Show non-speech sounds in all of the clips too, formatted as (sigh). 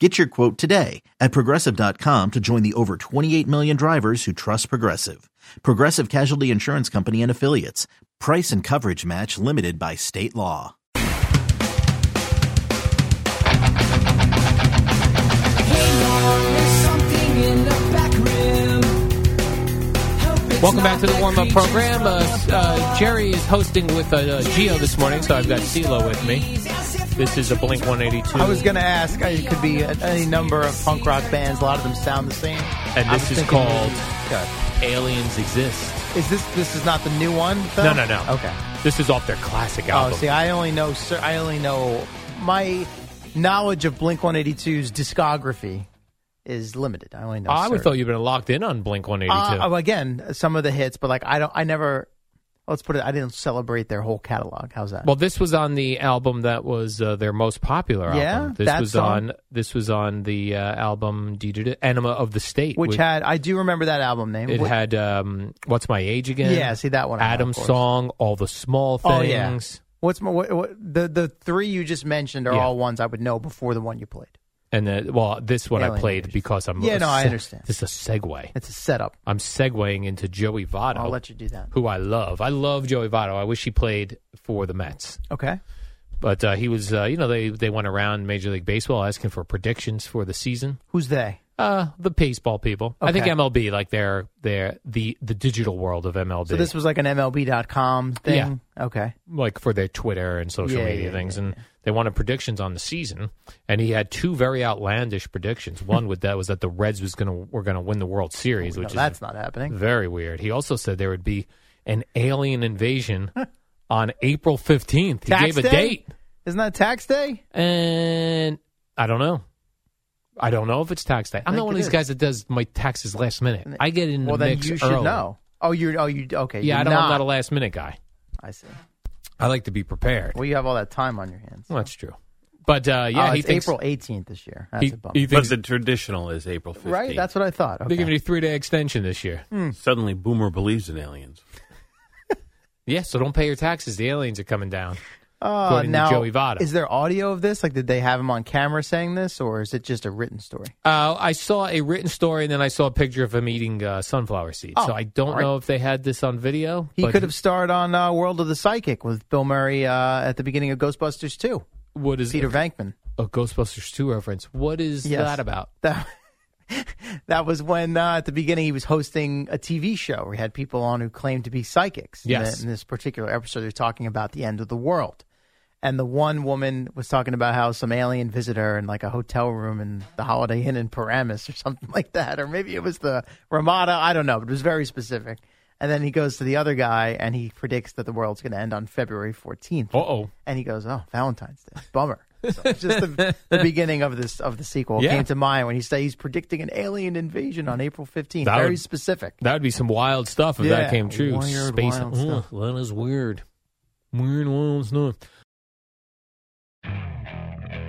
Get your quote today at progressive.com to join the over 28 million drivers who trust Progressive. Progressive Casualty Insurance Company and Affiliates. Price and coverage match limited by state law. Welcome back to the warm up program. Uh, uh, Jerry is hosting with uh, Geo this morning, so I've got CeeLo with me. This is a Blink 182. I was going to ask. uh, It could be a- any number of punk rock bands. A lot of them sound the same. And I this was is thinking- called Okay. Aliens Exist. Is this this is not the new one? Though? No, no, no. Okay. This is off their classic Oh, album. see, I only know. Sir, I only know my knowledge of Blink 182's discography is limited. I only know. Oh, I would Sir. thought you'd been locked in on Blink 182. Uh, oh, again, some of the hits, but like I don't. I never. Let's put it. I didn't celebrate their whole catalog. How's that? well, this was on the album that was uh, their most popular Yeah, album. This that was song? on this was on the uh, album D- Enema of the State, which had I do remember that album name. It Wh- had um, "What's My Age Again." Yeah, see, that one I have, of Adam's course. song, all the small things. Oh yeah. What's my what, what the the three you just mentioned are Yeah. all ones I would know before the one you played. And then, well, this one I Alien played Nation. because I'm. Yeah, a no, I se- understand. This is a segue. It's a setup. I'm segueing into Joey Votto, I'll let you do that. who I love. I love Joey Votto. I wish he played for the Mets, Okay. but uh, he was. Uh, you know, they they went around Major League Baseball asking for predictions for the season. Who's they? Uh, the baseball people. I think Okay. MLB, like they're they're the the digital world of MLB. So this was like an MLB.com thing. Okay. like for their Twitter and social Yeah, media yeah, things, yeah, and they wanted predictions on the season. And he had two very outlandish predictions. One with that was that the Reds was gonna were gonna win the World Series, No, which that's is not happening. very weird. He also said there would be an alien invasion on April fifteenth. He Tax gave a day? date, Isn't that tax day? and I don't know. I don't know if it's tax day. I'm think not one of it these is. guys that does my taxes last minute. I get in well, the then mix you should early. know. Oh, you're. Oh, you. Okay. Yeah, you're I don't. Not. I'm not a last minute guy. I see. I like to be prepared. Well, you have all that time on your hands. Well, that's true. But uh, yeah, Oh, he it's thinks April 18th this year. That's he, a bummer. he But thinks the traditional is April 15th. right. That's what I thought. They're giving Okay. you a three day extension this year. Hmm. (laughs) Suddenly, Boomer believes in aliens. Yeah, so don't pay your taxes. The aliens are coming down. Oh, according to now Joey Votto. is there audio of this? Like, did they have him on camera saying this, or is it just a written story? Uh, I saw a written story and then I saw a picture of him eating uh, sunflower seeds. Oh, so I don't all right. know if they had this on video. He but could have starred on uh, World of the Psychic with Bill Murray uh, at the beginning of Ghostbusters 2. What is Peter Venkman. a Ghostbusters two reference? What is Yes. that about? That, (laughs) that was when uh, at the beginning he was hosting a TV show. We had people on who claimed to be psychics. In Yes. the- In, this particular episode, they're talking about the end of the world. And the one woman was talking about how some alien visited her in like a hotel room in the Holiday Inn in Paramus or (laughs) something like that. Or maybe it was the Ramada. I don't know, but it was very specific. And then he goes to the other guy and he predicts that the world's going to end on February 14th. Uh oh. And he goes, "Oh, Valentine's Day, bummer." So it's just the, the beginning of this of the sequel Yeah. came to mind when he said he's predicting an alien invasion on April fifteenth. That Very would- specific. That would be some wild stuff if Yeah, that came true. weird, Ugh, wild stuff. that is weird. Weird wild stuff.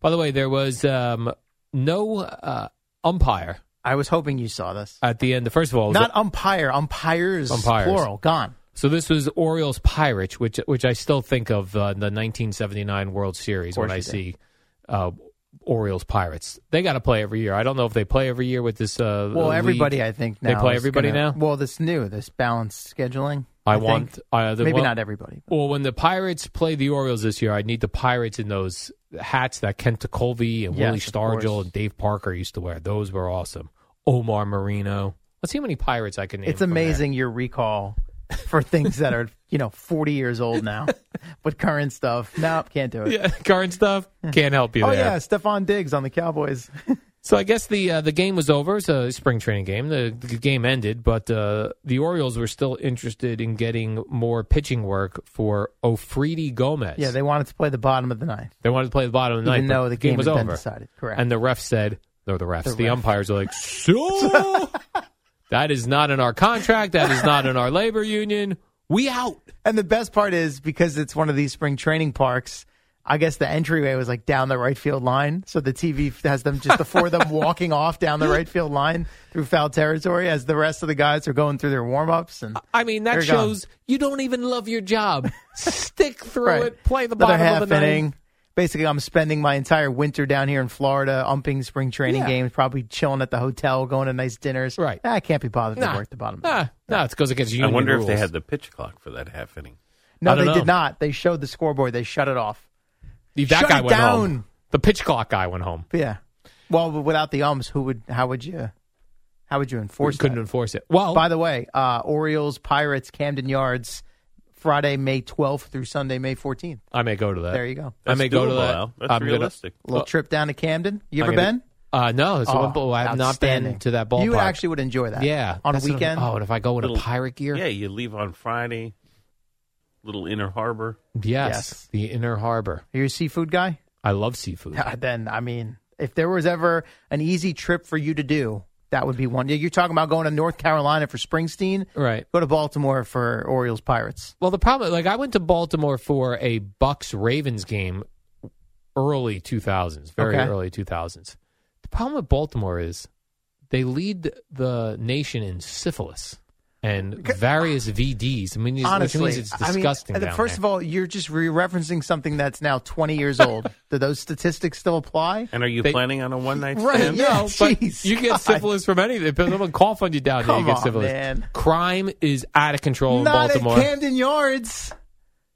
By the way, there was um, no uh, umpire I was hoping you saw this. at the end. First of all, it was Not umpire, umpires, Umpires. plural, gone. So this was Orioles Pirates, which which I still think of uh, the 1979 World Series Of course when I you do. see uh, Orioles Pirates. They got to play every year. I don't know if they play every year with this. Uh, Well, league. everybody, I think now They play is everybody gonna- now? Well, this new, this balanced scheduling. I, think. want uh, the, maybe well, not everybody. but- Well, when the Pirates play the Orioles this year, I need the Pirates in those hats that Kent Colvey and Yes, Willie of course. Stargell and Dave Parker used to wear. Those were awesome. Omar Marino. Let's see how many Pirates I can name. It's from there. amazing your recall for things that are you know forty years old (laughs) now, but current stuff. Nope, can't do it. Yeah, (laughs) current (laughs) stuff can't help you oh there. yeah, Stephon Diggs on the Cowboys. So I guess the uh, the game was over. It's a spring training game. The, the game ended, but uh, the Orioles were still interested in getting more pitching work for Ofridi Gomez. yeah, they wanted to play the bottom of the ninth, they wanted to play the bottom of the even ninth, but though the game, was had over. been decided. Correct. And the ref said, "No, the refs, The the, ref. umpires (laughs) are like, so that is not in our contract. That is not in our labor union. We out." And the best part is because it's one of these spring training parks. I guess the entryway was like down the right field line, so the TV has them just the four (laughs) of them walking off down the right field line through foul territory as the rest of the guys are going through their warm ups and I mean, They're that gone. shows you don't even love your job. Stick through Right. it. Play the Another bottom half of the ninth. inning. Basically, I'm spending my entire winter down here in Florida umping spring training Yeah. games, probably chilling at the hotel, going to nice dinners. Right. Ah, I can't be bothered to Nah. work the bottom. Nah, nah, it goes against I union wonder if they rules. had the pitch clock for that half inning. No, I they don't did know. not. They showed the scoreboard. They shut it off. If that Shut guy it went down. home. The pitch clock guy went home. But yeah. Well, but without the umps, who would? How would you? How would you enforce? Couldn't that? enforce it. Well, By the way, uh, Orioles, Pirates, Camden Yards, Friday, May 12th through Sunday, May 14th. I may go to that. There you go. I That's may go to doable, that. Al. That's I'm gonna- realistic. A little trip down to Camden. You I'm ever gonna- been? uh, no, it's the one Oh, ball- I have not outstanding. been to that ballpark. You actually would enjoy that. yeah, on a that's what I'm- weekend. Oh, and if I go in a Little- pirate gear, Yeah, you leave on Friday. Little Inner Harbor. yes, Yes. the Inner Harbor. Are you a seafood guy? (laughs) I love seafood. Yeah, Then, I mean, if there was ever an easy trip for you to do, that would be one. You're talking about going to North Carolina for Springsteen? right. Go to Baltimore for Orioles Pirates. Well, the problem, like, I went to Baltimore for a Bucks Ravens game early 2000s, very Okay. early 2000s. The problem with Baltimore is they lead the nation in syphilis and various VDs. I mean, it's, Honestly, which means it's disgusting. I mean, down first there. of all, you're just re-referencing something that's now 20 (laughs) years old. Do those statistics still apply? And are you They- planning on a one night Right, stand? yeah. No, but (laughs) Jeez, you get God. syphilis from anything. If someone cough on you down there, Come you get on, syphilis. man. Crime is out of control in Not Baltimore. at Camden Yards.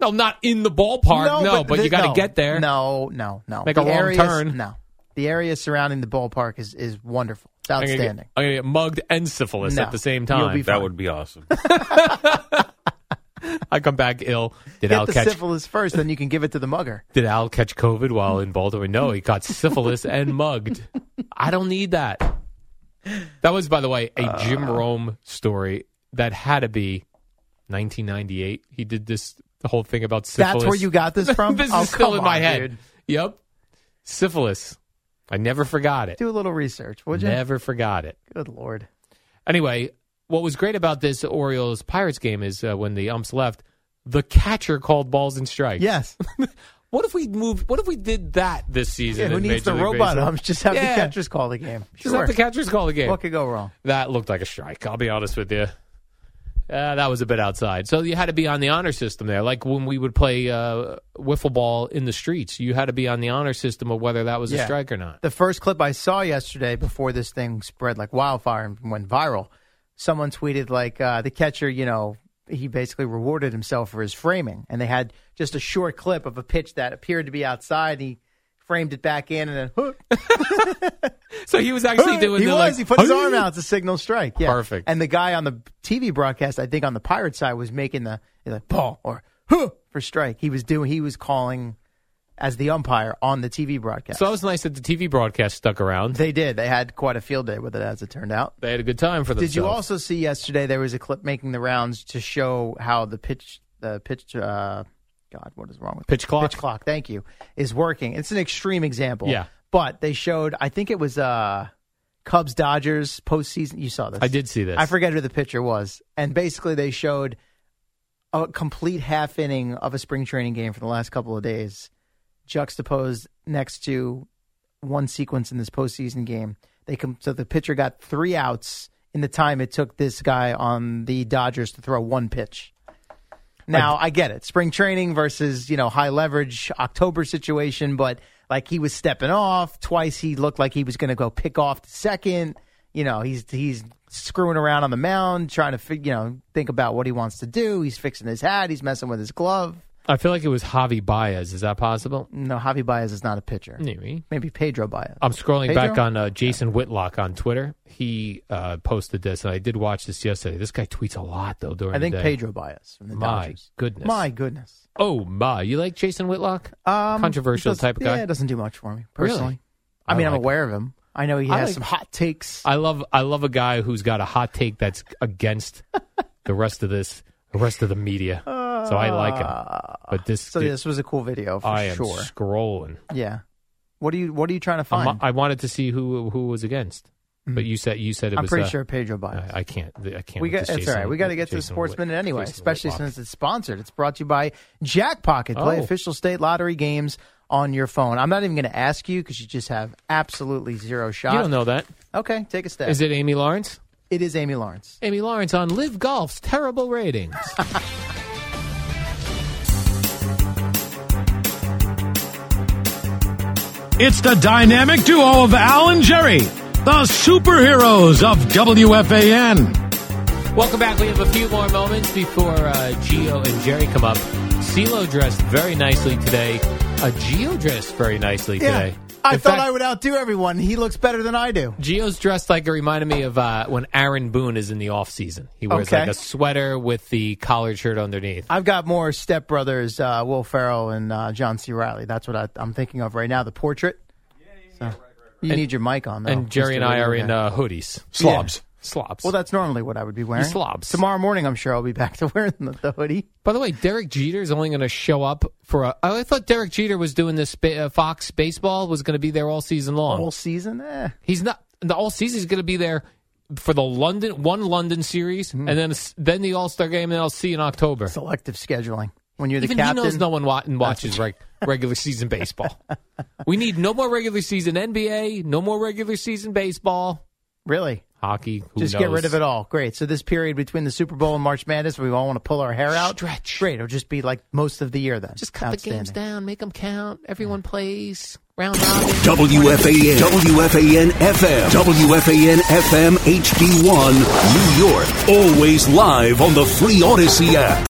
no, not in the ballpark. No, but, thi- you got to no. get there. No, no, no. Make a wrong areas- turn. No, the area surrounding the ballpark is is wonderful. It's I'm gonna, get, outstanding. I'm gonna get mugged and syphilis No, at the same you'll time. be That would (laughs) be awesome. I come back ill. Did Get Al the catch? syphilis first, then you can give it to (laughs) the mugger. Did Al catch COVID while in Baltimore? No, he got syphilis (laughs) and mugged. I don't need that. That was, by the way, a Jim Uh. Rome story that had to be 1998. He did this whole thing about syphilis. That's where you got this (laughs) from. this Oh, is still come in my on, head. dude. Yep, syphilis. I never forgot it. Do a little research, would you? Never forgot it. Good lord. Anyway, what was great about this Orioles Pirates game is uh, when the umps left, the catcher called balls and strikes. Yes. (laughs) What if we moved? What if we did that this season? Yeah, who in needs Major the League robot Baseball? arms? Just have Yeah. the catchers call the game. Just have the catchers call the game. What could go wrong? That looked like a strike. I'll be honest with you. Uh, that was a bit outside. So you had to be on the honor system there. Like when we would play uh, wiffle ball in the streets, you had to be on the honor system of whether that was Yeah. a strike or not. The first clip I saw yesterday before this thing spread like wildfire and went viral, someone tweeted like uh, the catcher, you know, he basically rewarded himself for his framing, and they had just a short clip of a pitch that appeared to be outside. He framed it back in, and then hook. (laughs) So he was actually doing (laughs) he the, was. like, he put his arm out. It's a signal strike. Yeah. Perfect. And the guy on the TV broadcast, I think on the pirate side, was making the he's like ball or huh for strike. He was doing. He was calling as the umpire on the TV broadcast. So it was nice that the TV broadcast stuck around. they did. They had quite a field day with it, as it turned out. They had a good time for Did themselves. you also see yesterday there was a clip making the rounds to show how the pitch, the pitch, uh, God, what is wrong with Pitch clock? Pitch clock. Thank you. Is working. It's an extreme example. Yeah. But they showed. I think it was uh, Cubs Dodgers postseason. You saw this. I did see this. I forget who the pitcher was, and basically they showed a complete half inning of a spring training game for the last couple of days, juxtaposed next to one sequence in this postseason game. They com- so the pitcher got three outs in the time it took this guy on the Dodgers to throw one pitch. Now I, get it, spring training versus you know high leverage October situation, but like he was stepping off twice. He looked like he was going to go pick off the second. You know he's he's screwing around on the mound, trying to fig- you know think about what he wants to do. He's fixing his hat. He's messing with his glove. I feel like it was Javi Baez. Is that possible? No, Javi Baez is not a pitcher. Maybe. Maybe Pedro Baez. I'm scrolling Pedro? back on uh, Jason Whitlock on Twitter. He uh, posted this, and I did watch this yesterday. This guy tweets a lot though during. I think the day. Pedro Baez from the My Dodgers. goodness. My goodness. Oh my! You like Jason Whitlock? Um, Controversial does- type of Yeah, guy. it doesn't do much for me Really? personally. I, I mean, I'm like aware of him. I know he I has like- some hot takes. I love I love a guy who's got a hot take that's (laughs) against the rest of this, the rest of the media. So I like him. But this, Uh, so dude, this was a cool video for I am sure. scrolling. Yeah. What are you What are you trying to I'm- find? I wanted to see who who was against, but you said you said it Mm. I'm was. pretty uh, sure Pedro Baez. I, I can't. I can't. we with got. this It's all Jason- right. We got to get to the Jason sports Whit- minute anyway, Jason especially Whitlock. since it's sponsored. It's brought to you by Jackpocket. Play Oh. official state lottery games on your phone. I'm not even going to ask you because you just have absolutely zero shot. you don't know that. Okay, take a step. Is it Amy Lawrence? It is Amy Lawrence. Amy Lawrence on Live Golf's terrible ratings. It's the dynamic duo of Al and Jerry, the superheroes of WFAN. (laughs) Welcome back. We have a few more moments before uh, Geo and Jerry come up. CeeLo dressed very nicely today. Uh, Geo dressed very nicely today. I In thought fact, I would outdo everyone. He looks better than I do. Geo's dressed like it reminded me of uh, when Aaron Boone is in the off season. He wears Okay. like a sweater with the collared shirt underneath. I've got more Step Brothers, uh, Will Ferrell and uh, John C. Riley. That's what I, I'm thinking of right now. The portrait. So, you need your mic on. Though, and Jerry and Oh, Mr. I are Radio in Guy. uh, hoodies, Slobs. slobs. well, that's normally what I would be wearing. slobs. Tomorrow morning, I'm sure I'll be back to (laughs) wearing the, the hoodie. By the way, Derek Jeter is only going to show up for a. I thought Derek Jeter was doing this. ba- Uh, Fox baseball was going to be there all season long. Whole season, eh? He's not the all season. He's going to be there for the London one London series, Mm-hmm. and then then the All Star game, and I'll see you in October. Selective scheduling. When you're the Even captain, he knows no one wa- and watches (laughs) reg- regular season baseball. we need no more regular season NBA, no more regular season baseball, really. hockey. Who Just get rid of it all. Great. So this period between the Super Bowl and March Madness, we all want to pull our hair out. Stretch. Great. It'll just be like most of the year then. Just cut the games Outstanding. down, make them count. Everyone plays round robin. WFAN, WFAN FM, WFAN FM HD1, New York. Always live on the free Odyssey app.